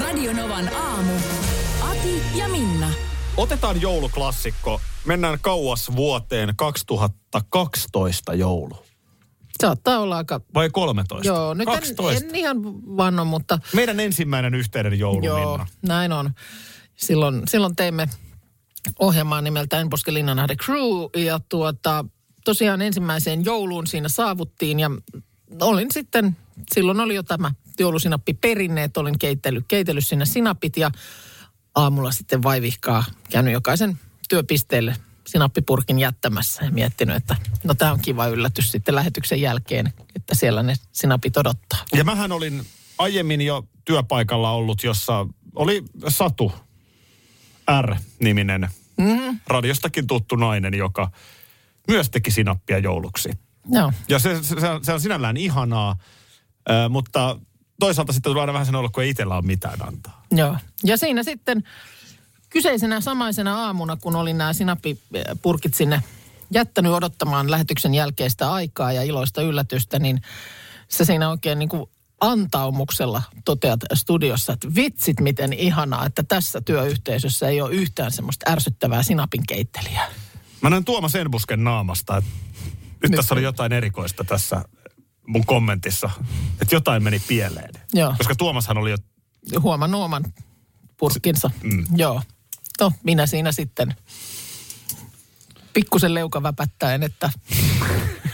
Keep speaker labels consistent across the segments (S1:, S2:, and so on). S1: Radionovan aamu. Ati ja Minna.
S2: Otetaan jouluklassikko. Mennään kauas vuoteen 2012 joulu.
S3: Saattaa olla aika...
S2: Vai 13?
S3: Joo, nyt
S2: 12.
S3: En, en ihan vanno, mutta
S2: Meidän ensimmäinen yhteinen joulu,
S3: joo,
S2: Minna.
S3: näin on. Silloin, silloin teimme ohjelmaa nimeltä Enposke Linnanahde Crew ja tuota, tosiaan ensimmäiseen jouluun siinä saavuttiin ja olin sitten, silloin oli jo tämä joulusinappi perinneet, olin keitellyt, keitellyt siinä sinapit ja aamulla sitten vaivihkaa käynyt jokaisen työpisteelle sinappipurkin jättämässä ja miettinyt, että no tämä on kiva yllätys sitten lähetyksen jälkeen, että siellä ne sinapit odottaa.
S2: Ja mähän olin aiemmin jo työpaikalla ollut, jossa oli Satu R-niminen,
S3: Mhm.
S2: mm. radiostakin tuttu nainen, joka myös teki sinappia jouluksi.
S3: Joo.
S2: Ja se, se, se on- se on sinällään ihanaa, ö, mutta toisaalta sitten tulee aina vähän sen olla, kun ei itsellä ole mitään antaa.
S3: Joo. Ja siinä sitten kyseisenä samaisena aamuna, kun olin nämä sinappipurkit eh, sinne jättänyt odottamaan lähetyksen jälkeistä aikaa ja iloista yllätystä, niin se siinä oikein niin kuin antaumuksella toteat studiossa, että vitsit miten ihanaa, että tässä työyhteisössä ei ole yhtään semmoista ärsyttävää sinapin keittelijää.
S2: Mä näin Tuomas Enbusken naamasta, että nyt
S3: Nyt.
S2: tässä oli jotain erikoista tässä mun kommentissa, että jotain meni pieleen.
S3: Joo.
S2: Koska Tuomashan oli jo,
S3: Huomannut oman purkkinsa. Mm. Joo. No, minä siinä sitten pikkusen leuka väpättäen, että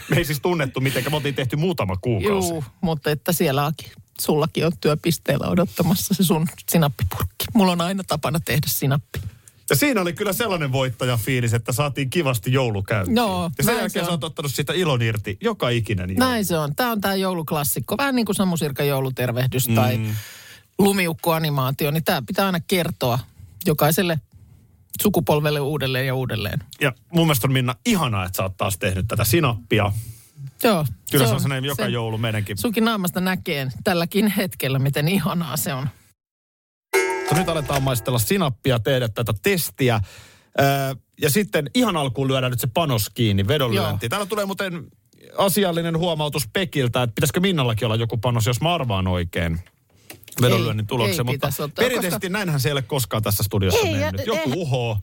S2: me ei siis tunnettu mitenkään, me oltiin tehty muutama kuukausi.
S3: Juu, mutta että siellä Aki, sullakin on työpisteellä odottamassa se sun sinappipurkki. Mulla on aina tapana tehdä sinappi.
S2: Ja siinä oli kyllä sellainen voittajafiilis, että saatiin kivasti joulu käyntiin.
S3: Joo,
S2: ja sen
S3: näin se
S2: jälkeen
S3: on.
S2: sä oot ottanut siitä ilon irti joka ikinen joulu.
S3: Näin se on. Tämä on tämä jouluklassikko. Vähän niin kuin Samu Sirkan joulutervehdys mm. tai lumiukkoanimaatio, niin tämä pitää aina kertoa jokaiselle sukupolvelle uudelleen ja uudelleen.
S2: Ja mun mielestä on Minna ihanaa, että sä oot taas tehnyt tätä sinappia.
S3: Joo.
S2: Kyllä se on sellainen joka joulu meidänkin.
S3: Sunkin naamasta näkee tälläkin hetkellä, miten ihanaa se on.
S2: Mutta nyt aletaan maistella sinappia, tehdä tätä testiä. Öö, ja sitten ihan alkuun lyödään nyt se panos kiinni, vedonlyönti. Täällä tulee muuten asiallinen huomautus Pekiltä, että pitäisikö Minnallakin olla joku panos, jos mä arvaan oikein vedonlyönnin
S3: Ei,
S2: tuloksen.
S3: ei
S2: mutta
S3: pitäisi ottaa,
S2: perinteisesti
S3: koska-
S2: näinhän se ei ole koskaan tässä studiossa
S3: Ei, ja-
S2: mennyt. Joku
S3: eh-
S2: uho,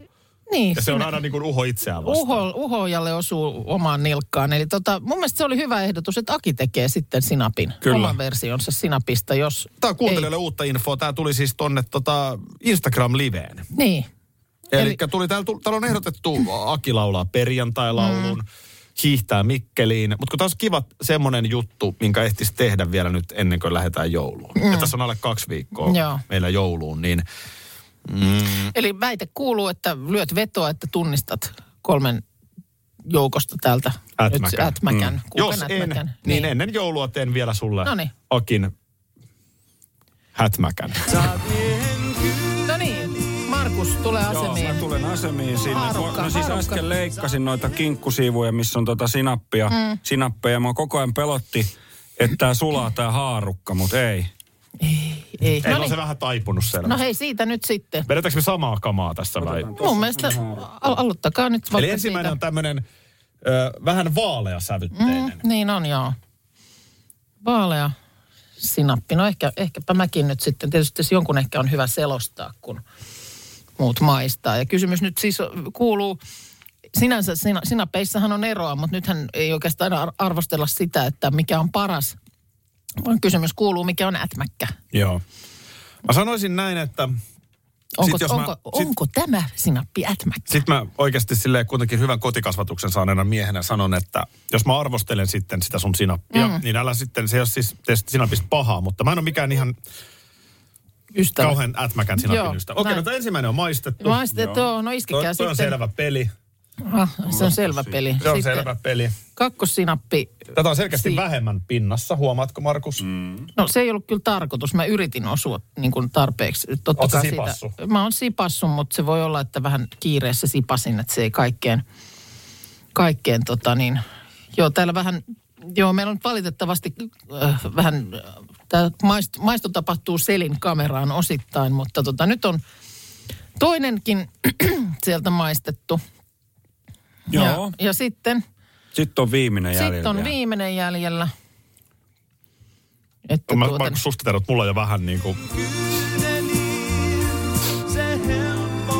S3: Niin,
S2: ja se on aina niin kuin uho itseään vastaan.
S3: Uho, uhojalle osuu omaan nilkkaan. Eli tota, mun mielestä se oli hyvä ehdotus, että Aki tekee sitten sinapin.
S2: Kyllä.
S3: Oman versionsa sinapista, jos...
S2: Tämä on kuuntelijoille uutta infoa. Tämä tuli siis tonne tota Instagram-liveen.
S3: Ei. Niin.
S2: Eli tuli, täällä, tu- täällä on ehdotettu Aki laulaa perjantai-laulun, mm. hiihtää Mikkeliin. Mutta kun taas kiva semmoinen juttu, minkä ehtisi tehdä vielä nyt ennen kuin lähdetään jouluun. Mm. Ja tässä on alle kaksi viikkoa
S3: Joo.
S2: meillä jouluun, niin
S3: Eli väite kuuluu, että lyöt vetoa, että tunnistat kolmen joukosta täältä nyt
S2: ätmäkän.
S3: ätmäkän.
S2: Mm.
S3: Kuukan
S2: Jos en,
S3: ätmäkän.
S2: niin. ennen joulua teen vielä sulle
S3: Noniin.
S2: Akin hätmäkän.
S3: No niin, Markus tulee
S4: Joo,
S3: asemiin.
S4: mä tulen asemiin sinne.
S3: Haarukka,
S4: Haarukka, mä siis
S3: haarukka.
S4: äsken leikkasin noita kinkkusiivuja, missä on tota sinappia, mm. sinappeja. Mua koko ajan pelotti, että tää sulaa tää haarukka, mutta ei.
S3: Ei.
S2: Ei,
S3: No,
S2: on
S3: niin.
S2: se vähän taipunut selvästi.
S3: no hei, siitä nyt sitten.
S2: Vedetäänkö me samaa kamaa tässä vai?
S3: Mun mielestä al- aloittakaa nyt vaikka
S2: Eli ensimmäinen on
S3: siitä.
S2: tämmöinen ö, vähän vaalea sävytteinen.
S3: Mm, niin on, joo. Vaalea sinappi. No ehkä, ehkäpä mäkin nyt sitten. Tietysti se jonkun ehkä on hyvä selostaa, kun muut maistaa. Ja kysymys nyt siis kuuluu, sinänsä sina, sinappeissahan on eroa, mutta nythän ei oikeastaan ar- arvostella sitä, että mikä on paras. Vaan kysymys kuuluu, mikä on ätmäkkä.
S2: Joo. Mä sanoisin näin, että
S3: Onko,
S2: Sit jos mä-
S3: onko,
S2: sit-
S3: onko tämä sinappi ätmäkkä?
S2: sit mä oikeasti sille kuitenkin hyvän kotikasvatuksen saaneena miehenä sanon, että jos mä arvostelen sitten sitä sun sinappia, mm. niin älä sitten, se ei ole siis tee sitä sinapista pahaa, mutta mä en ole mikään ihan
S3: Ystävä.
S2: kauhean ätmäkän sinapin
S3: Joo,
S2: ystävä. Okei,
S3: näin.
S2: no tämä ensimmäinen on maistettu.
S3: Maistettu, joo. no
S2: Toi,
S3: iskekää
S2: toi on
S3: sitten.
S2: selvä peli.
S3: Ah, se on selvä peli.
S2: Se on selvä peli.
S3: Kakkosinappi.
S2: Tätä on selkeästi
S3: Si-
S2: vähemmän pinnassa, huomaatko Markus? Mm.
S3: No se ei ollut kyllä tarkoitus. Mä yritin osua niin kuin tarpeeksi. Totta
S2: Oot sä
S3: kai siitä-
S2: sipassu?
S3: Mä oon sipassu, mutta se voi olla, että vähän kiireessä sipasin, että se ei kaikkeen, kaikkeen tota niin. Joo, täällä vähän, joo meillä on nyt valitettavasti äh, vähän, äh, tää maisto, maisto tapahtuu selin kameraan osittain, mutta tota nyt on toinenkin sieltä maistettu.
S4: Joo.
S3: Ja, ja sitten
S4: Sitten on viimeinen jäljellä.
S3: sitten on viimeinen jäljellä. Että
S2: No, Mä,
S3: tuota-
S2: mä susta tiedän, että mulla on jo vähän niin kuin...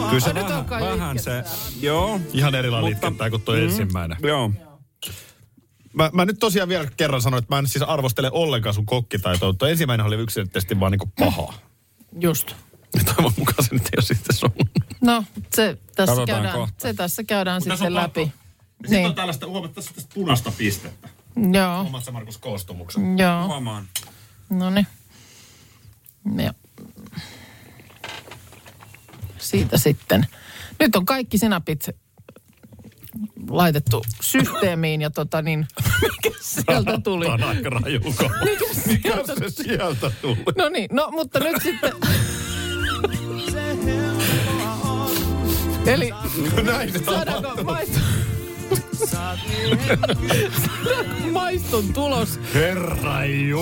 S4: Kyllä se
S3: Ai, nyt
S4: vähän,
S3: alkaa jo
S4: vähän se... Joo.
S2: Ihan erilainen
S4: Mutta-
S2: itkettää kuin
S3: Mm.
S2: toi ensimmäinen.
S4: Joo.
S2: Mä, mä nyt tosiaan vielä kerran sanoin, että mä en siis arvostele ollenkaan sun kokkitaitoa. Tuo ensimmäinen oli yksilöllisesti vaan niinku paha.
S3: Just.
S2: Ja Toivon mukaan se nyt ei ole sitten sun.
S3: No, se tässä
S4: Katsotaan
S3: käydään,
S4: kohta.
S3: se tässä käydään
S2: Mut tässä
S3: sitten
S2: on pakko.
S3: läpi.
S2: Sitten
S3: Niin, Oh.
S2: on tällaista, huomaat, tässä on tästä punaista pistettä.
S3: joo,
S2: Huomaat sä Markus
S3: Mm.
S2: koostumuksen.
S3: joo,
S4: Huomaan.
S3: no niin. Ja. Siitä sitten. Nyt on kaikki sinapit laitettu systeemiin ja tota niin, mikä sieltä tuli?
S2: Tää on aika raju
S3: Mikä
S2: Mikä
S3: sieltä
S2: se sieltä tuli?
S3: No niin, no mutta nyt sitten... Eli
S2: Näin se
S3: saadaanko maistun... saadaanko maistun tulos?
S2: Herra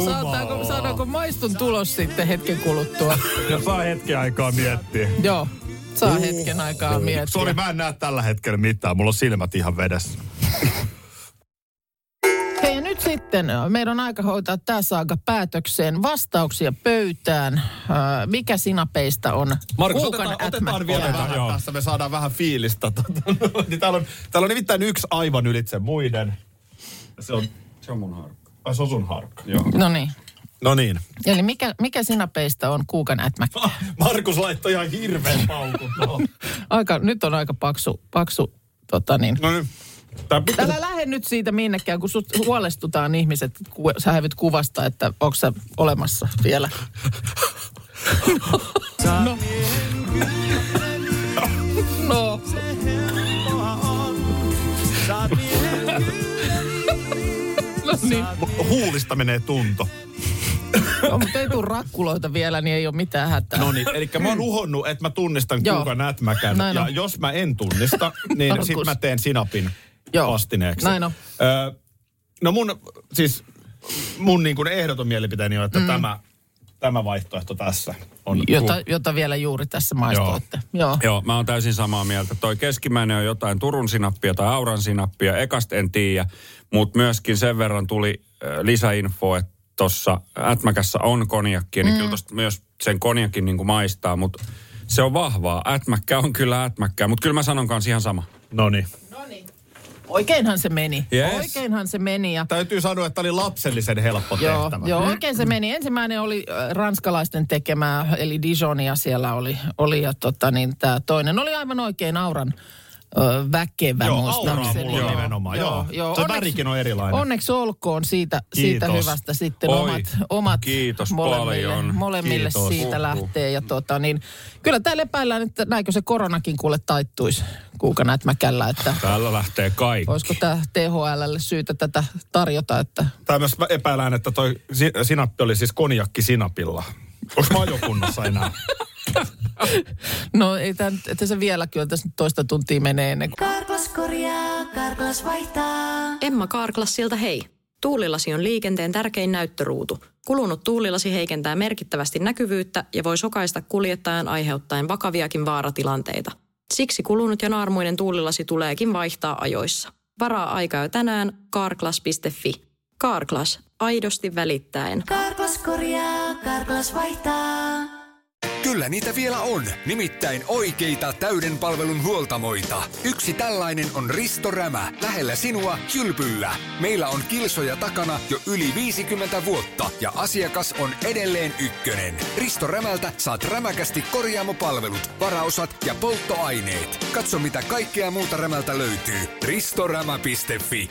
S3: Saadaanko, saadaanko maistun tulos sitten hetken kuluttua?
S2: Ja saa hetki aikaa miettiä.
S3: Joo, saa hetken aikaa miettiä.
S2: Sori, mä en näe tällä hetkellä mitään. Mulla on silmät ihan vedessä.
S3: Hei, ja nyt sitten ö, meidän on aika hoitaa tämä saaga päätökseen. Vastauksia pöytään. Ö, Mikä sinapeista on
S2: Markus,
S3: kuukan
S2: otetaan,
S3: ätmä?
S2: otetaan vielä
S3: Otetaan.
S2: vähän
S4: joo.
S2: tässä, me saadaan vähän fiilistä. Tota, niin täällä, on, täällä on nimittäin yksi aivan ylitse muiden. Se on,
S4: Se on mun harkka.
S2: ai, se on sun harkka.
S3: No niin.
S2: No niin.
S3: Eli mikä, mikä sinapeista on kuukan ätmä?
S2: Markus laittoi ihan hirveän paukun. tuohon.
S3: Aika, nyt on aika paksu, paksu tota niin.
S2: no niin. Tää pitää...
S3: Älä lähde nyt siitä minnekään, kun sut huolestutaan ihmiset, kun sä hävit kuvasta, että onko sä olemassa vielä. No. No. No niin.
S2: Huulista menee tunto.
S3: No, mutta ei tule rakkuloita vielä, niin ei ole mitään hätää.
S2: No niin, eli mä oon uhonnut, että mä tunnistan
S3: Mm. Joo.
S2: kuka nätmäkän.
S3: Näin
S2: Ja
S3: on.
S2: jos mä en tunnista, niin
S3: Markus.
S2: sit mä teen sinapin
S3: Joo.
S2: vastineeksi.
S3: Näin on.
S2: Öö, no mun, siis mun niin kuin ehdoton mielipiteeni on, että mm. tämä, tämä vaihtoehto tässä on.
S3: Jota, jota vielä juuri tässä maistoitte. Joo.
S4: Joo, mä oon täysin samaa mieltä. Toi keskimmäinen on jotain Turun sinappia tai Auran sinappia. Ekasta en tiedä, mutta myöskin sen verran tuli ö, lisäinfo, että tuossa ätmäkässä on konjakki, niin kyllä tosta myös sen konjakin niin maistaa, mutta se on vahvaa. Ätmäkkä on kyllä ätmäkkää, mutta kyllä mä sanon kanssa ihan sama.
S2: No niin.
S3: Oikeinhan se meni.
S4: Yes.
S3: Oikeinhan se meni. Ja
S2: Täytyy sanoa, että oli lapsellisen helppo
S3: Joo,
S2: tehtävä.
S3: joo, oikein se meni. Ensimmäinen oli äh, ranskalaisten tekemää, eli Dijonia siellä oli. oli ja tota, niin tämä toinen oli aivan oikein auran ö, väkevä
S2: Joo,
S3: muistaakseni.
S2: auraa mulla nimenomaan, joo. Se värikin on erilainen.
S3: Onneksi olkoon siitä, siitä
S2: Kiitos.
S3: hyvästä sitten
S4: Oi,
S3: omat, omat
S4: kiitos
S3: molemmille,
S4: paljon.
S3: molemmille
S2: Kiitos.
S3: siitä
S4: Uhu.
S3: lähtee. Ja tota, niin, kyllä täällä epäillään, että näinkö se koronakin kuule taittuisi kuuka nätmäkällä, että
S4: Täällä lähtee kaikki.
S3: olisiko tämä THLlle syytä tätä tarjota, että
S2: Tämä myös mä epäilään, että toi si- sinappi oli siis konjakki sinapilla. Onko majokunnassa enää?
S3: No ei tämän, että se vielä kyllä tässä nyt toista tuntia menee ennen kuin...
S5: Karklas korjaa, Karklas vaihtaa.
S6: Emma Karklassilta hei. Tuulilasi on liikenteen tärkein näyttöruutu. Kulunut tuulilasi heikentää merkittävästi näkyvyyttä ja voi sokaista kuljettajan aiheuttaen vakaviakin vaaratilanteita. Siksi kulunut ja naarmuinen tuulilasi tuleekin vaihtaa ajoissa. Varaa aika jo tänään karklas.fi. Karklas, aidosti välittäen.
S5: Karklas korjaa, Karklas vaihtaa.
S7: Kyllä niitä vielä on, nimittäin oikeita täyden palvelun huoltamoita. Yksi tällainen on Risto Rämä, lähellä sinua, kylpyllä. Meillä on kilsoja takana jo yli 50 vuotta ja asiakas on edelleen ykkönen. Risto Rämältä saat rämäkästi korjaamopalvelut, varaosat ja polttoaineet. Katso mitä kaikkea muuta Rämältä löytyy. ristorämä.fi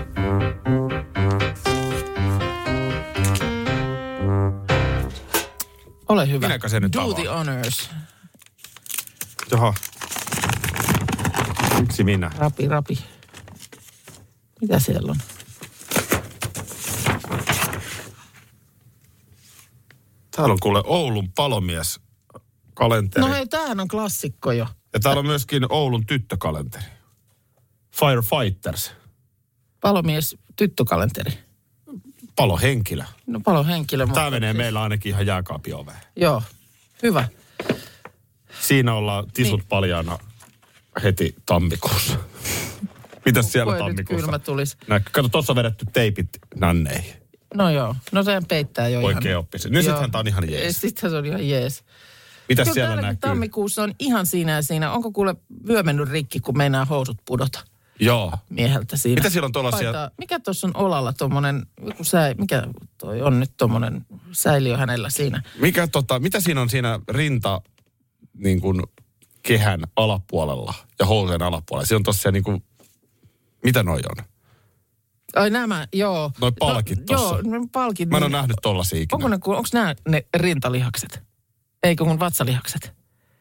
S3: Ole hyvä.
S2: Minäkö sen nyt
S3: Do
S2: avaan?
S3: the honors.
S2: Jaha. Yksi minä.
S3: Rapi, rapi. Mitä siellä on?
S2: Täällä on kuule Oulun palomies kalenteri.
S3: No hei, tämähän on klassikko jo.
S2: Ja täällä on myöskin Oulun tyttökalenteri. Firefighters.
S3: Palomies tyttökalenteri.
S2: Palohenkilö.
S3: No palohenkilö. mutta-
S2: Tämä menee meillä ainakin ihan jääkaapin oveen.
S3: Joo, hyvä.
S2: Siinä ollaan tisut
S3: Niin.
S2: niin. paljaana heti tammikuussa. Mitäs siellä
S3: Voi nyt
S2: tammikuussa?
S3: kylmä tulis.
S2: Näkyy. Kato, tuossa on vedetty teipit nänneihin.
S3: No joo, no sen peittää jo
S2: Oikein
S3: ihan.
S2: oppisen. Niin
S3: Joo.
S2: sittenhän tää on ihan jees.
S3: Sittenhän se on ihan jees.
S2: Mitäs
S3: Kyllä
S2: siellä
S3: täälläkin
S2: näkyy?
S3: tammikuussa on ihan siinä ja siinä. Onko kuule vyö mennyt rikki, kun meinaa housut pudota
S2: Joo.
S3: mieheltä siinä?
S2: Mitä siellä on tuollaisia?
S3: Paitaa. Mikä tuossa on olalla tuommoinen, joku sä, mikä toi on nyt tuommoinen säiliö hänellä siinä?
S2: Mikä, tota, mitä siinä on siinä rinta niin kuin, kehän alapuolella ja housujen alapuolella? Siinä on tosiaan niin kuin, mitä noi on?
S3: Ai nämä, joo.
S2: Noi palkit tossa.
S3: Joo, ne palkit.
S2: Mä en ole
S3: niin-
S2: nähnyt tollasia ikinä.
S3: Onko ne, onko nämä ne rintalihakset? Eikö kun vatsalihakset?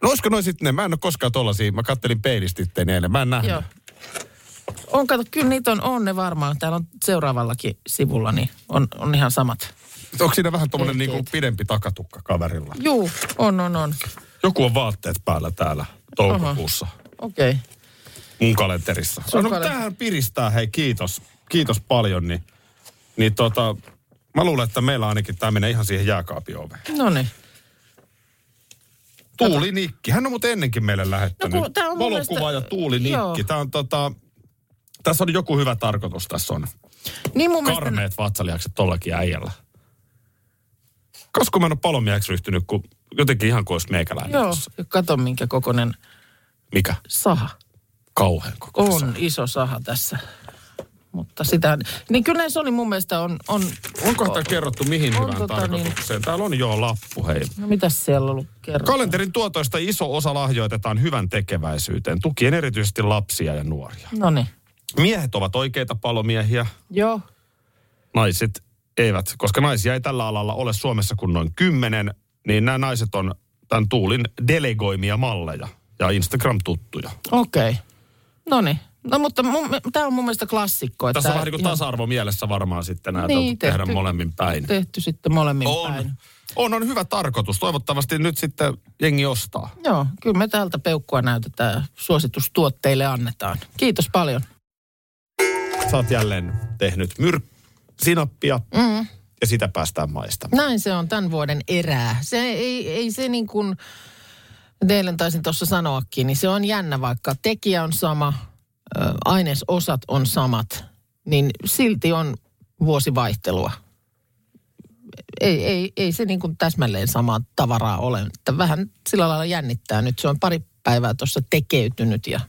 S2: No olisiko noin sitten ne? Mä en ole koskaan tollasia. Mä kattelin peilistä itteeni eilen. Mä en nähnyt.
S3: Joo. On, kato, kyllä niitä on, on ne varmaan. Täällä on seuraavallakin sivulla, niin on, on ihan samat.
S2: Onko siinä vähän tommonen
S3: Ei,
S2: niin kuin,
S3: ei.
S2: pidempi takatukka kaverilla?
S3: Juu, on, on, on.
S2: Joku on vaatteet päällä täällä toukokuussa.
S3: Okei. Okay.
S2: Mun kalenterissa.
S3: Sun
S2: no,
S3: kalenteri-
S2: tämähän piristää, hei kiitos. Kiitos paljon. Niin, niin tota, mä luulen, että meillä ainakin tämä menee ihan siihen jääkaapioveen.
S3: No niin.
S2: Tuuli Nikki. Hän on mut ennenkin meille lähettänyt.
S3: No kun tää on mun
S2: Valokuvaaja
S3: mielestä-
S2: Tuuli
S3: Joo.
S2: Nikki. Tää on tota, tässä on joku hyvä tarkoitus tässä on.
S3: Niin mun mielestä-
S2: Karmeet vatsalihakset tollakin äijällä. Koska mä en ole palomieheksi ryhtynyt, kun jotenkin ihan kuin olisi meikäläinen.
S3: Joo,
S2: tossa.
S3: ja kato minkä kokoinen
S2: Mikä?
S3: saha.
S2: Kauhean koko.
S3: On iso saha tässä. Mutta sitä, niin kyllä näissä oli mun mielestä on, on
S2: Onko tämä kerrottu mihin
S3: On
S2: hyvään
S3: tota
S2: tarkoitukseen? Täällä on jo lappu, hei.
S3: no mitäs siellä on ollut kerran?
S2: Kalenterin tuotoista iso osa lahjoitetaan hyvän tekeväisyyteen, tukien erityisesti lapsia ja nuoria.
S3: No niin,
S2: Miehet ovat oikeita palomiehiä,
S3: joo,
S2: naiset eivät, koska naisia ei tällä alalla ole Suomessa kuin noin kymmenen, niin nämä naiset on tämän Tuulin delegoimia malleja ja Instagram-tuttuja.
S3: okei. Okay. No niin, no mutta tämä on mun mielestä klassikko. että
S2: Tässä on
S3: tää
S2: vähän niin kuin
S3: ihan
S2: tasa-arvo mielessä varmaan sitten näitä
S3: Niin,
S2: niin, tehdä
S3: tehty.
S2: molemmin päin.
S3: Tehty sitten molemmin
S2: On.
S3: päin.
S2: on, on hyvä tarkoitus. Toivottavasti nyt sitten jengi ostaa.
S3: Joo, kyllä me täältä peukkua näytetään. Suositus tuotteille annetaan. Kiitos paljon.
S2: Sä oot jälleen tehnyt myr- sinappia mm. ja sitä päästään maistamaan.
S3: Näin se on tämän vuoden erää. Se ei, ei se niin kuin teille taisin tuossa sanoakin, niin se on jännä, vaikka tekijä on sama, ö, ainesosat on samat, niin silti on vuosivaihtelua. Ei, ei, ei se niin kuin täsmälleen samaa tavaraa ole. Että vähän sillä lailla jännittää nyt. Se on pari päivää tuossa tekeytynyt ja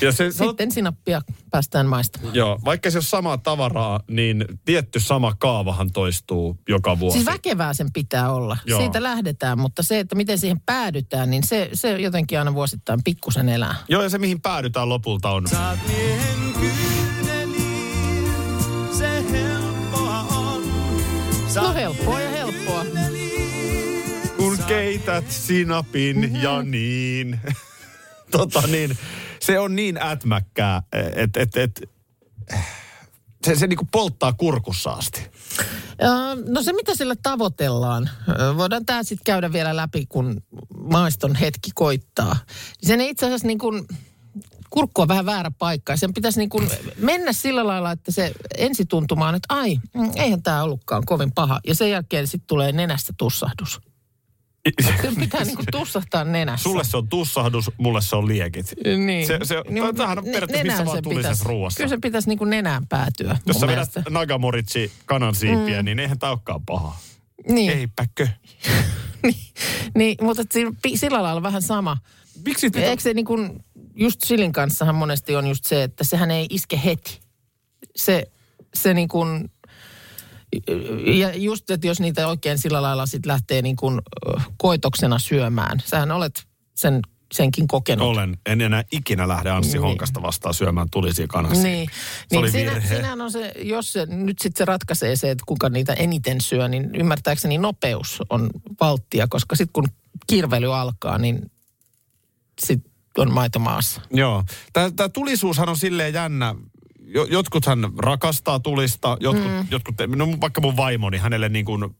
S2: Ja se, sä oot-
S3: sitten sinappia päästään maistamaan.
S2: Joo, vaikka se on samaa tavaraa, niin tietty sama kaavahan toistuu joka vuosi.
S3: Siis väkevää sen pitää olla. Joo.
S2: Joo.
S3: Siitä lähdetään, mutta se, että miten siihen päädytään, niin se, se jotenkin aina vuosittain pikkusen elää.
S2: Joo, ja se mihin päädytään lopulta on.
S3: No helppoa ja helppoa.
S2: Kun keität sinapin
S3: Mhm.
S2: mm-hmm. ja niin. tota niin, se on niin ätmäkkää, että et, et, se, se niinku polttaa kurkussa asti.
S3: Ö, No se, mitä sillä tavoitellaan, ö, voidaan tämä sitten käydä vielä läpi, kun maiston hetki koittaa. Sen ei itse asiassa niin kuin, kurkku on vähän väärä paikka. Sen pitäisi niin kuin mennä sillä lailla, että se ensituntuma on, että ai, mm, eihän tämä ollutkaan kovin paha. Ja sen jälkeen sitten tulee nenästä tussahdus. Sen pitää niin kuin tussahtaa nenässä.
S2: Sulle se on tussahdus, mulle se on liekit.
S3: Niin.
S2: Se, se, niin, tämähän on
S3: ne-
S2: periaatteessa
S3: nenään
S2: missä vaan
S3: sen
S2: tulisessa
S3: pitäisi-
S2: ruoassa.
S3: Kyllä se pitäisi niin kuin nenään päätyä.
S2: Jos
S3: mun
S2: sä vedät
S3: mielestä.
S2: nagamoritsi kanan siipiä, mm. niin eihän tää olekaan pahaa.
S3: Niin,
S2: Eipäkö?
S3: niin, mutta et siinä, pi- sillä lailla vähän sama.
S2: Miksi
S3: Eikö se niin kuin just silin kanssahan monesti on just se, että sehän ei iske heti. Se, se niin kuin, ja just, että jos niitä oikein sillä lailla sit lähtee niin kuin ö, koitoksena syömään. Sähän olet sen, senkin kokenut.
S2: Olen. En enää ikinä lähde Anssi
S3: Niin.
S2: Honkasta vastaan syömään tulisia kanhasi.
S3: Niin,
S2: Se oli
S3: niin siinä,
S2: virhe.
S3: siinä on se, jos se, nyt sitten se ratkaisee se, että kuka niitä eniten syö, niin ymmärtääkseni nopeus on valttia, koska sitten kun kirvely alkaa, niin sitten on maito maassa.
S2: Joo. Tämä tulisuushan on silleen jännä. Jo, jotkuthan rakastaa tulista, jotkut, mm. jotkut, no vaikka mun vaimoni, hänelle niin kuin,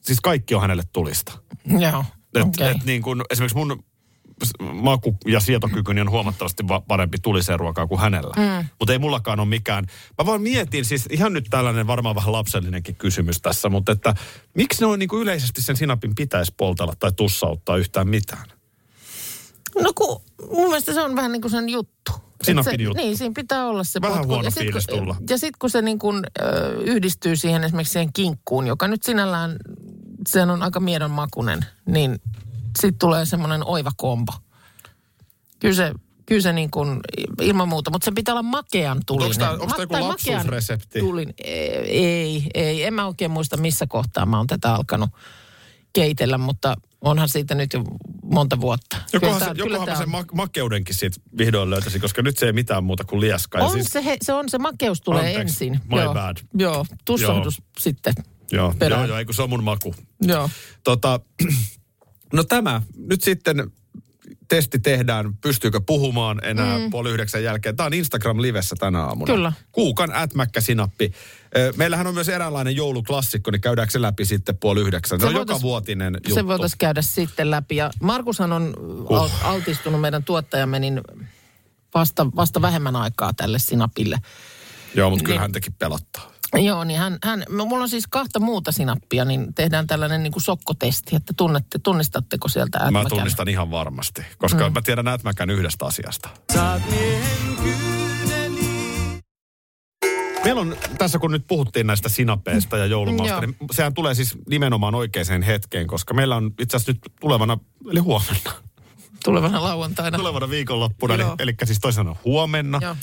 S2: siis kaikki on hänelle tulista.
S3: Joo,
S2: Et,
S3: okei.
S2: okay. et niin kuin, esimerkiksi mun s- maku- ja sietokykyni on huomattavasti va- parempi tuliseen ruokaa kuin hänellä. Mm. Mutta ei mullakaan ole mikään. Mä vaan mietin, siis ihan nyt tällainen varmaan vähän lapsellinenkin kysymys tässä, mutta että miksi noin niin kuin yleisesti sen sinapin pitäisi poltella tai tussauttaa yhtään mitään?
S3: No kun mun mielestä se on vähän niin kuin sen juttu.
S2: Siinä
S3: Et
S2: on
S3: se,
S2: pieni juttu.
S3: Niin, siinä pitää olla se
S2: Vähän
S3: potku.
S2: huono
S3: ja sit,
S2: fiilis
S3: kun-
S2: tulla.
S3: Ja sitten kun se niin kuin, ö, yhdistyy siihen esimerkiksi siihen kinkkuun, joka nyt sinällään, sehän on aika miedon makunen, niin sitten tulee semmoinen oiva kombo. Kyllä se, kyllä se niin kuin ilman muuta, mutta se pitää olla makean tulinen.
S2: Onko tää- onko tää joku
S3: tai makean
S2: lapsuusresepti?
S3: Tulin, e- ei, ei, en mä oikein muista missä kohtaa mä oon tätä alkanut keitellä, mutta onhan siitä nyt jo monta vuotta. Kyllä
S2: Jokohan,
S3: tää-
S2: se,
S3: kyllä
S2: jokohan
S3: tää
S2: mä sen
S3: on.
S2: ma- makeudenkin siitä vihdoin löytäisin, koska nyt se ei mitään muuta kuin lieska. Ja
S3: On siis... se, he- se, on, se makeus tulee
S2: Anteeksi,
S3: ensin.
S2: my
S3: joo.
S2: bad.
S3: Joo, tussahdus
S2: Joo.
S3: joo. sitten.
S2: joo,
S3: perään.
S2: joo, joo, ei kun se on mun maku.
S3: Joo.
S2: Tota, no tämä, nyt sitten testi tehdään, pystyykö puhumaan enää mm. puoli yhdeksän jälkeen. Tämä on Instagram-livessä tänä aamuna.
S3: Kyllä.
S2: Kuukan ätmäkkä sinappi. Ö, Meillähän on myös eräänlainen jouluklassikko, niin käydäänkö se läpi sitten puoli yhdeksän? Se,
S3: Se
S2: on
S3: voitais-
S2: joka vuotinen juttu.
S3: Se voitaisiin käydä sitten läpi. Ja Markushan on uh. altistunut meidän tuottajamme, niin vasta, vasta vähemmän aikaa tälle sinapille.
S2: Joo, mutta
S3: niin.
S2: kyllähän tekin pelottaa.
S3: Joo, niin hän, hän, no, mulla on siis kahta muuta sinappia, niin tehdään tällainen niin kuin sokkotesti, että tunnette, tunnistatteko sieltä
S2: Mä
S3: ätmäkän.
S2: tunnistan ihan varmasti, koska mm. mä tiedän ätmäkän yhdestä asiasta. Meillä on tässä, kun nyt puhuttiin näistä sinapeista ja joulumausta,
S3: Joo.
S2: niin sehän tulee siis nimenomaan oikeaan hetkeen, koska meillä on itse asiassa nyt tulevana, eli huomenna,
S3: Tulevana lauantaina.
S2: tulevana viikonloppuna, eli,
S3: Joo.
S2: eli siis toisena huomenna,
S3: Joo.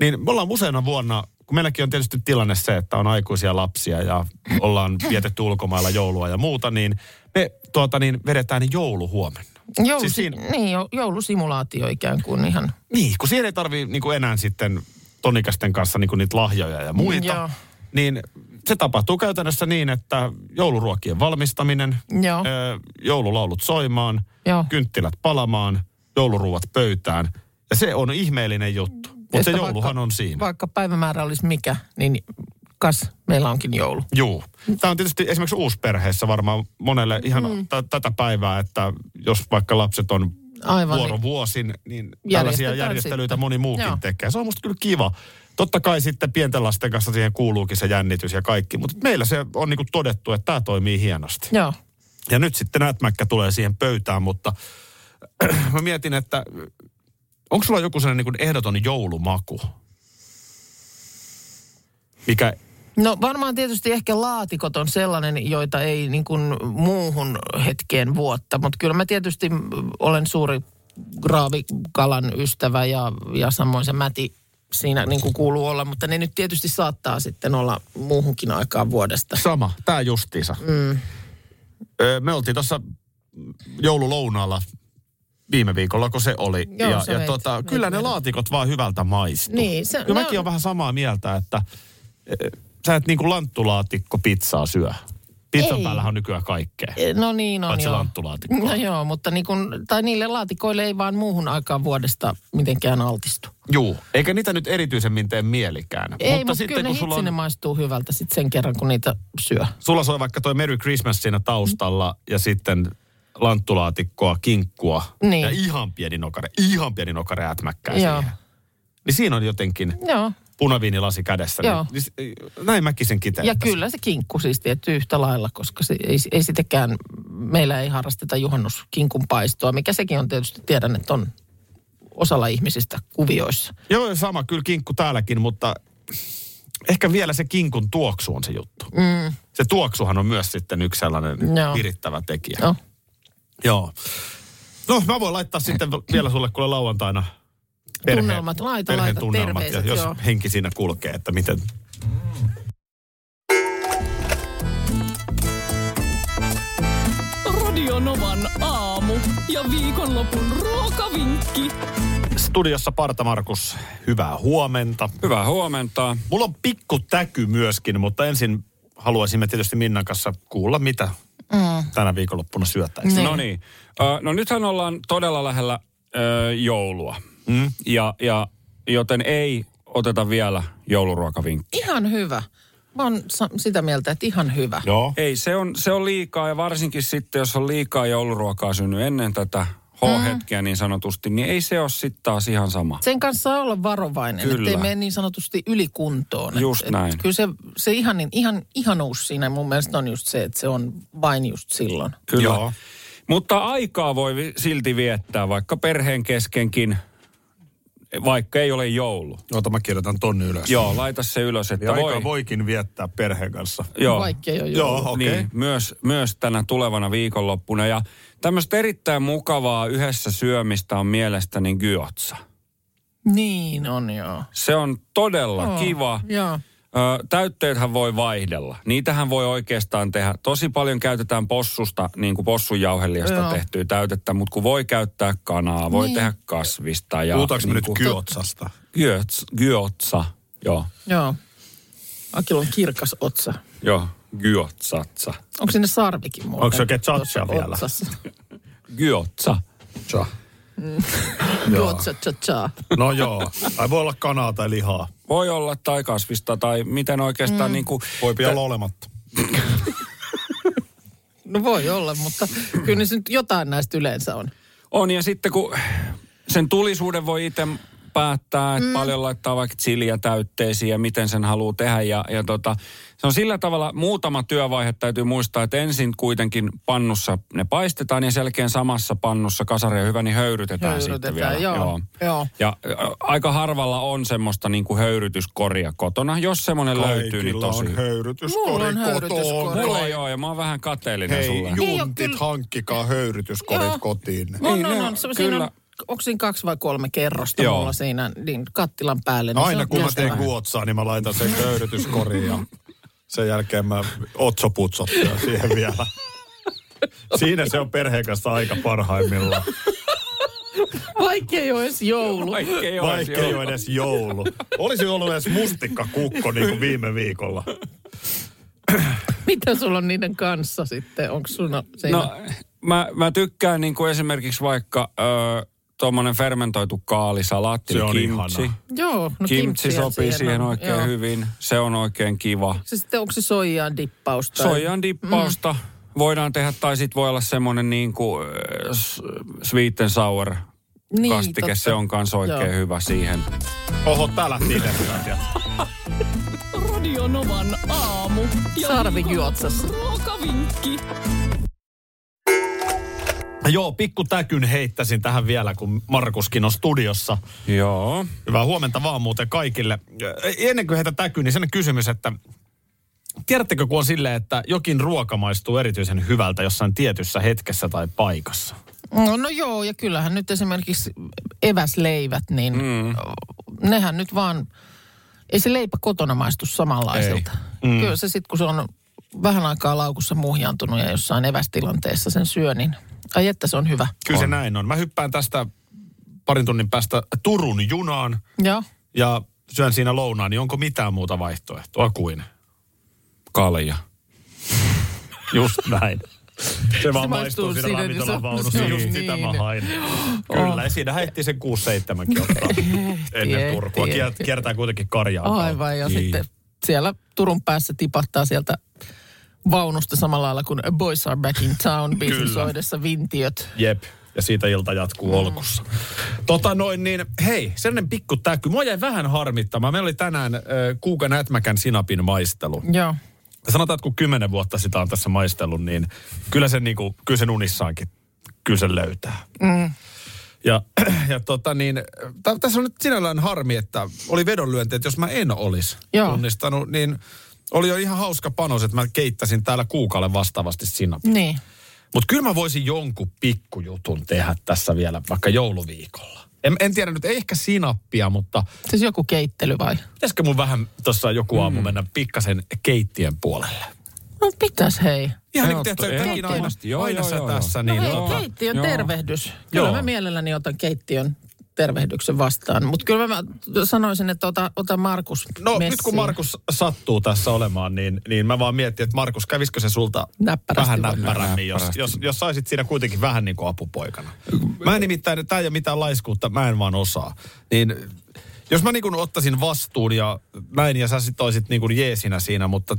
S2: niin me ollaan useana vuonna, kun meilläkin on tietysti tilanne se, että on aikuisia lapsia ja ollaan vietetty ulkomailla joulua ja muuta, niin me tuota, niin vedetään joulu huomenna.
S3: Joulu,
S2: Siis
S3: siis
S2: siinä-
S3: niin, jo- joulusimulaatio ikään kuin ihan.
S2: Niin, kun siellä ei tarvii niinku enää sitten tonikästen kanssa niinku niitä lahjoja ja muita.
S3: Mm, Joo.
S2: Niin se tapahtuu käytännössä niin, että jouluruokien valmistaminen,
S3: Joo.
S2: Ö, joululaulut soimaan,
S3: Joo.
S2: kynttilät palamaan, jouluruuat pöytään. Ja se on ihmeellinen juttu. Mutta se
S3: Että
S2: jouluhan
S3: vaikka-
S2: on siinä.
S3: Vaikka päivämäärä olisi mikä, niin kas, meillä onkin joulu.
S2: Juu. Tämä on tietysti esimerkiksi uusperheessä varmaan monelle ihan mm. t- tätä päivää, että jos vaikka lapset on
S3: Aivan,
S2: vuorovuosin, niin tällaisia
S3: Järjestetään
S2: järjestelyitä
S3: sitten.
S2: moni muukin Joo.
S3: Joo.
S2: tekee. Se on musta kyllä kiva. Totta kai sitten pienten lasten kanssa siihen kuuluukin se jännitys ja kaikki, mutta meillä se on niinku todettu, että tämä toimii hienosti.
S3: Joo.
S2: Ja nyt sitten ätmäkkä tulee siihen pöytään, mutta mä mietin, että onko sulla joku sellainen niin ehdoton joulumaku? Mikä
S3: No varmaan tietysti ehkä laatikot on sellainen, joita ei niin kuin muuhun hetkeen vuotta, mutta kyllä mä tietysti mm, olen suuri graavikalan ystävä ja, ja samoin se mäti siinä niin kuin kuuluu olla, mutta ne nyt tietysti saattaa sitten olla muuhunkin aikaan vuodesta.
S2: Sama, tämä justiinsa. Mm. Me oltiin tuossa joululounaalla viime viikolla, kun se oli.
S3: Joo,
S2: ja
S3: sä
S2: ja
S3: veit-
S2: tota,
S3: veit
S2: kyllä ne
S3: meidät.
S2: laatikot vaan hyvältä maistuu.
S3: Niin, se-
S2: kyllä
S3: ne
S2: mäkin
S3: on-
S2: on vähän samaa mieltä, että eh, sä et niinku lanttulaatikko pizzaa syö. Pizzan
S3: Ei.
S2: päällähän on nykyään kaikkea.
S3: No niin on
S2: Paitsi
S3: joo.
S2: lanttulaatikkoa.
S3: No joo, mutta niin kun, tai niille laatikoille ei vaan muuhun aikaan vuodesta mitenkään altistu.
S2: Juu, eikä niitä nyt erityisemmin tee mielikään.
S3: Ei, mutta,
S2: sitten
S3: kyllä ne
S2: kun sulla
S3: hitsi
S2: on
S3: ne maistuu hyvältä sitten sen kerran, kun niitä syö.
S2: Sulla soi vaikka toi Merry Christmas siinä taustalla ja sitten lanttulaatikkoa, kinkkua
S3: Niin.
S2: ja ihan pieni nokare, ihan pieni nokare ätmäkkää
S3: Joo.
S2: siihen. Niin siinä on jotenkin
S3: Joo.
S2: punaviinilasi kädessä.
S3: Joo.
S2: Niin, niin, s- näin mäkin sen
S3: Ja
S2: kiteyttäisin.
S3: kyllä se kinkku siis tietty yhtä lailla, koska se, ei, ei sitäkään, meillä ei harrasteta juhannuskinkun paistoa, mikä sekin on tietysti, tiedän, että on osalla ihmisistä kuvioissa.
S2: Joo, ja sama kyllä kinkku täälläkin, mutta ehkä vielä se kinkun tuoksu on se juttu. Mm. Se tuoksuhan on myös sitten yksi sellainen
S3: Joo.
S2: virittävä tekijä.
S3: No,
S2: Joo. No, mä voin laittaa sitten vielä sulle kuule lauantaina
S3: Tunnelmat, laita,
S2: perheen
S3: laita,
S2: tunnelmat ja
S3: terveiset,
S2: jos
S3: joo.
S2: henki siinä kulkee, että miten...
S1: Radionovan aamu ja viikonlopun ruokavinkki.
S2: Studiossa Parta Markus, hyvää huomenta.
S4: Hyvää huomenta.
S2: Mulla on pikku täky myöskin, mutta ensin haluaisimme tietysti Minnan kanssa kuulla, mitä mm. tänä viikonloppuna syötäisiin.
S4: No niin. Ö, No nythän ollaan todella lähellä ö, joulua. Mm. Ja, ja, joten ei oteta vielä jouluruokavinkkiä.
S3: Ihan hyvä. Mä oon sa- sitä mieltä, että ihan hyvä.
S2: No, Joo.
S4: Ei, se on, se on liikaa ja varsinkin sitten, jos on liikaa jouluruokaa synny ennen tätä
S2: Mm.
S4: H-hetkeä niin sanotusti, niin ei se ole sitten taas ihan sama.
S3: Sen kanssa saa olla varovainen,
S4: Kyllä.
S3: ettei mene niin sanotusti ylikuntoon. Et-
S4: Just
S3: et
S4: näin.
S3: Kyllä se, se ihan, niin, ihan, ihanuus siinä mun mielestä on just se, että se on vain just silloin.
S4: Kyllä.
S2: Joo.
S4: Mutta aikaa voi vi- silti viettää, vaikka perheen keskenkin, vaikka ei ole joulu.
S2: Ota mä kirjoitan tonne ylös.
S4: Joo, laita se ylös, että
S2: Ja
S4: voi.
S2: aikaa voikin viettää perheen kanssa.
S4: Joo.
S3: Vaikka ei ole
S2: Joo,
S3: joulua.
S2: okei. Okay.
S4: Niin, myös, myös tänä tulevana viikonloppuna. Ja tämmöistä erittäin mukavaa yhdessä syömistä on mielestäni gyotsa.
S3: Niin on, joo.
S4: Se on todella oh, kiva.
S3: Joo.
S4: Ö, täytteethän voi vaihdella. Niitähän voi oikeastaan tehdä. Tosi paljon käytetään possusta, niin kuin possunjauhelijasta
S3: Joo.
S4: tehtyä täytettä, mutta kun voi käyttää kanaa, voi niin. tehdä kasvista. Ja
S2: Puhutaanko me
S4: niin
S2: nyt kyotsasta?
S4: gyöts, gyotsa. Joo,
S3: Joo. Akilla on kirkas otsa.
S4: joo, gyotsatsa.
S3: Onko sinne sarvikin muuten?
S2: Onko se oikein tsa-tsa
S3: tuossa
S2: vielä?
S3: otsassa?
S4: Gyotsa.
S2: Tsa.
S3: Joo, tsa, tsa, tsa.
S2: No joo. Ai voi olla kanaa tai lihaa.
S4: Voi olla tai kasvista tai miten oikeastaan mm. niin kuin...
S2: Voi pian olla olematta.
S3: No voi olla, mutta kyllä niissä nyt jotain näistä yleensä on.
S4: On ja sitten kun sen tulisuuden voi itse päättää, että mm. paljon laittaa vaikka chiliä täytteisiin ja miten sen haluaa tehdä. Ja, ja tota, se on sillä tavalla, muutama työvaihe täytyy muistaa, että ensin kuitenkin pannussa ne paistetaan ja selkeän samassa pannussa kasaria hyvä, niin höyrytetään, sitten vielä.
S3: Höyrytetään, joo. Joo.
S4: Ja ä, aika harvalla on semmoista niin kuin höyrytyskoria kotona. Jos semmoinen löytyy, niin
S2: Kaikilla
S4: tosi
S2: on
S3: Mulla
S2: höyrytyskori
S3: on höyrytyskori.
S2: kotoon.
S4: Mulla ei ole ja mä oon vähän kateellinen
S2: Hei,
S4: sulle.
S3: Ei oo
S2: juntit,
S3: kyllä-
S2: hankkikaa höyrytyskorit
S3: Joo. No,
S2: kotiin.
S3: On,
S4: Niin,
S3: on,
S4: ne
S3: on.
S4: on-
S3: Se- Siinä
S4: kyllä.
S3: on, onko siinä kaksi vai kolme kerrosta
S4: Joo.
S3: mulla siinä niin kattilan päälle? Niin se
S2: Aina
S3: on
S2: kun mä teen
S3: kestävää.
S2: kuotsaa, niin mä laitan sen höyrytyskoriin ja sen jälkeen mä otsoputsot ja siihen vielä. Siinä se on perheen kanssa aika parhaimmillaan.
S3: Vaikka ei ole edes joulu.
S4: Vaikka ei ole
S2: Vaikka ei ole edes joulu. Olisi ollut edes mustikkakukko niin kuin viime viikolla.
S3: Mitä sulla on niiden kanssa sitten? Onko sulla siinä?
S4: No, mä, mä tykkään niin kuin esimerkiksi vaikka ö, tuommoinen fermentoitu kaalisalaatti,
S2: Se
S4: eli
S2: on
S4: kimchi.
S2: ihana.
S3: Joo, no
S4: kimchi
S3: kimchiä
S4: sopii siihen, siihen oikein
S3: joo.
S4: hyvin. Se on oikein kiva.
S3: Se sitten onko se soijaan dippaus? Tai...
S4: Soijan dippausta mm. voidaan tehdä, tai sitten voi olla semmoinen niin kuin ö, s- sweet and sour
S3: Niin,
S4: niin,
S3: totta.
S4: kastike. Totta. Se on myös oikein
S3: Joo.
S4: Joo. hyvä siihen.
S2: Oho, tää lähti itsestään.
S1: Radionovan aamu ja
S3: Sarvi
S1: viikonlopun
S3: juotsassa.
S1: ruokavinkki.
S2: Joo, pikku täkyn heittäisin tähän vielä, kun Markuskin on studiossa.
S4: Joo.
S2: Hyvää huomenta vaan muuten kaikille. Ö, Ennen kuin heitä täkyy, niin sellainen kysymys, että tiedättekö kun on silleen, että jokin ruoka maistuu erityisen hyvältä jossain tietyssä hetkessä tai paikassa?
S3: No, no joo, ja kyllähän nyt esimerkiksi eväsleivät, niin mm. nehän nyt vaan, ei se leipä kotona maistu samanlaiselta. Mm. Kyllä se sitten, kun se on vähän aikaa laukussa muhjaantunut ja jossain evästilanteessa sen syö, niin ai että se on hyvä.
S2: Kyllä on. se näin on. Mä hyppään tästä parin tunnin päästä Turun junaan
S3: Joo.
S2: ja syön siinä lounaan, niin onko mitään muuta vaihtoehtoa kuin?
S4: Kalja.
S2: Just näin. Se vaan
S3: maistuu
S2: maistuu siinä
S3: siinä, niin se on-
S2: ravintolavaunussa,
S3: se on
S2: just
S3: niin. Oh.
S2: sitä mä hain. Kyllä, ja siinä heitti sen 6-7 ottaa ennen
S3: Tiedä,
S2: Turkua.
S3: tiedä.
S2: Kier- Kiertää kuitenkin karjaa. Niin.
S3: Aivan, ja sitten siellä Turun päässä tipahtaa sieltä vaunusta samalla lailla kuin Boys Are Back in Town biisin
S2: Kyllä.
S3: soidessa vintiöt.
S2: Jep. Ja siitä ilta jatkuu mm. olkussa. Tota noin, niin hei, sellainen pikku täkky. Mua jäi vähän harmittamaan. Meillä oli tänään äh, Kuukan ätmäkän sinapin maistelu.
S3: Joo.
S2: Sanotaan, että kun kymmenen vuotta sitä on tässä maistellut, niin kyllä sen, niinku, kyllä sen unissaankin kyllä sen löytää. Mm. Ja, ja tota niin, t- tässä on nyt sinällään harmi, että oli vedonlyönti, että jos mä en olisi
S3: Joo.
S2: tunnistanut, niin oli jo ihan hauska panos, että mä keittäisin täällä kuukalle vastaavasti sinapin.
S3: Niin.
S2: Mutta kyllä mä voisin jonkun pikkujutun tehdä tässä vielä vaikka jouluviikolla. En, en tiedä nyt, ei ehkä sinappia, mutta
S3: Siis joku keittely vai?
S2: pitäisikö mun vähän tuossa joku aamu mennä pikkasen keittiön puolelle?
S3: No pitäs hei.
S2: Ihan niin
S4: Joo,
S2: kuin tiedätkö,
S4: to-
S2: tekin aina,
S4: ehdottomasti. Joo,
S2: aina
S4: joo,
S2: sä
S4: joo,
S2: tässä.
S3: No
S2: Niin,
S3: hei,
S2: tota,
S3: keittiön
S4: joo.
S3: tervehdys. Kyllä
S2: Joo.
S3: mä mielelläni otan keittiön tervehdyksen vastaan. Mutta kyllä mä sanoisin, että ota, ota Markus
S2: no nyt kun
S3: messiin.
S2: Markus sattuu tässä olemaan, niin, niin mä vaan mietin, että Markus, kävisikö se sulta
S3: Näppärästi
S2: vähän
S3: vai?
S2: näppärämmin, jos,
S4: Näppärästi.
S2: jos, jos saisit siinä kuitenkin vähän niin kuin apupoikana. Mä en nimittäin, tämä ei ole mitään laiskuutta, mä en vaan osaa. Niin jos mä niin kuin ottaisin vastuun ja näin, ja sä sit olisit niin kuin jeesinä siinä, mutta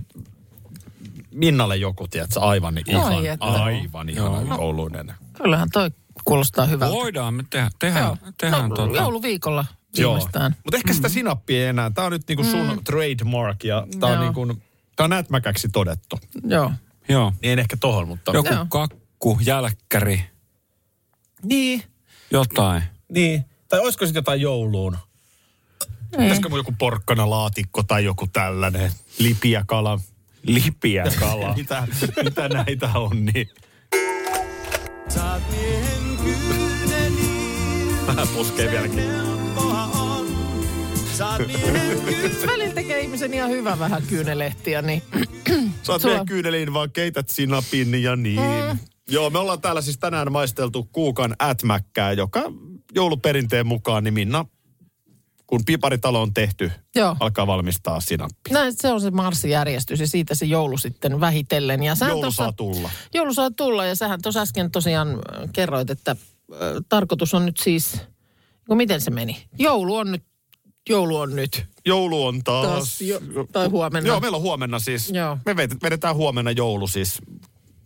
S2: Minnalle joku, tiedätkö, aivan ihan,
S3: että.
S2: aivan ihana kouluinen.
S3: Kyllähän toi kuulostaa hyvältä.
S4: Voidaan me tehdä, tehdään, tehdään
S3: no,
S4: tota.
S3: Jouluviikolla viimeistään. Mm.
S2: Mutta ehkä sitä sinappia ei enää. Tämä on nyt niinku sun trademark ja tämä on,
S3: Joo.
S2: niinku, tää on nätmäkäksi todettu.
S3: Joo.
S4: Joo.
S2: Niin ehkä tohon, mutta...
S4: Joku
S3: Joo.
S4: kakku, jälkkäri,
S2: Niin.
S4: jotain.
S2: Niin. Tai olisiko sitten jotain jouluun? Pitäisikö mun joku porkkana laatikko tai joku tällainen? Lipiä kala. Lipiä kala. mitä, mitä näitä on niin? Vähän puskee vieläkin.
S3: Välillä tekee ihmisen ihan hyvä vähän kyynelehtiä, niin
S2: Saat
S3: Sulla-
S2: meidän kyyneliin, vaan keität sinapin ja niin. Mm. Joo, me ollaan täällä siis tänään maisteltu kuukan ätmäkkää, joka jouluperinteen mukaan, niin Minna, kun piparitalo on tehty,
S3: Joo.
S2: alkaa valmistaa sinappi.
S3: näin, se on se marssijärjestys ja siitä se joulu sitten vähitellen. Ja sähän
S2: Joulu
S3: tossa,
S2: saa tulla.
S3: Joulu saa tulla ja sähän tuossa äsken tosiaan äh, kerroit, että äh, tarkoitus on nyt siis, kun miten se meni? Joulu on nyt, joulu on nyt.
S2: Joulu on taas.
S3: Taas jo- tai huomenna.
S2: Joo, meillä on huomenna siis.
S3: Joo.
S2: Me vedet- vedetään huomenna joulu siis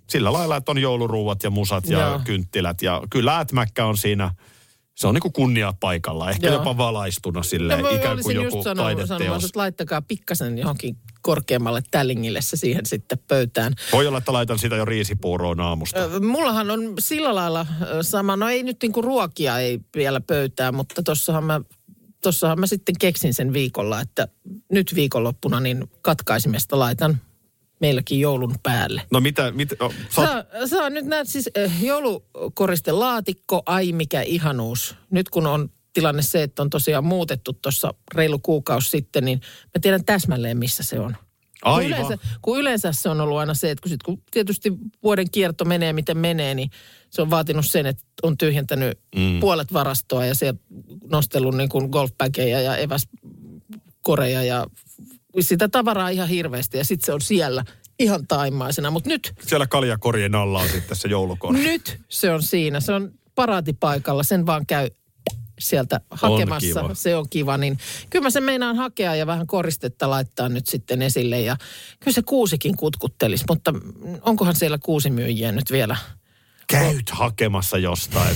S2: sillä lailla, että on jouluruuat ja musat ja
S3: Joo.
S2: kynttilät. Ja kyllä ätmäkkä on siinä, se on niinku kunnia paikalla, ehkä
S3: Joo.
S2: jopa valaistuna silleen,
S3: No mä
S2: ikään
S3: olisin
S2: kuin joku
S3: just sanonut,
S2: taideteos.
S3: sanomassa, että laittakaa pikkasen johonkin korkeammalle tällingille se siihen sitten pöytään.
S2: Voi olla, että laitan sitä jo riisipuuroon aamusta.
S3: Ö, Mullahan on sillä lailla ö, sama, no ei nyt niinku ruokia ei vielä pöytää, mutta tossahan mä, tossahan mä sitten keksin sen viikolla, että nyt viikonloppuna niin katkaisimesta laitan meilläkin joulun päälle.
S2: No mitä, mit, oh, sä oot,
S3: Saa, saa nyt näet siis äh, joulukoristelaatikko, ai mikä ihanuus. Nyt kun on tilanne se, että on tosiaan muutettu tuossa reilu kuukausi sitten, niin mä tiedän täsmälleen missä se on. Kun
S2: aivan.
S3: yleensä, kun yleensä se on ollut aina se, että kun, sit, kun tietysti vuoden kierto menee miten menee, niin se on vaatinut sen, että on tyhjentänyt mm. puolet varastoa ja se nostellut niin kuin golfbägejä ja eväskoreja ja sitä tavaraa ihan hirveästi ja sitten se on siellä ihan taimaisena. Mutta nyt
S2: Siellä kaljakorien alla on sitten se joulukori.
S3: nyt se on siinä. Se on paraatipaikalla. Sen vaan käy sieltä hakemassa.
S2: kiva.
S3: Se on kiva. Niin kyllä mä sen meinaan hakea ja vähän koristetta laittaa nyt sitten esille. Ja kyllä se kuusikin kutkuttelisi, mutta onkohan siellä kuusimyyjiä nyt vielä?
S2: Käyt hakemassa jostain.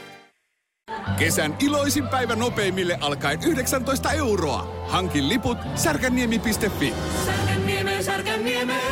S8: Kesän iloisin päivä nopeimille alkaen 19 euroa. Hankin liput särkänniemi.fi.
S5: Särkänniemi, särkänniemi.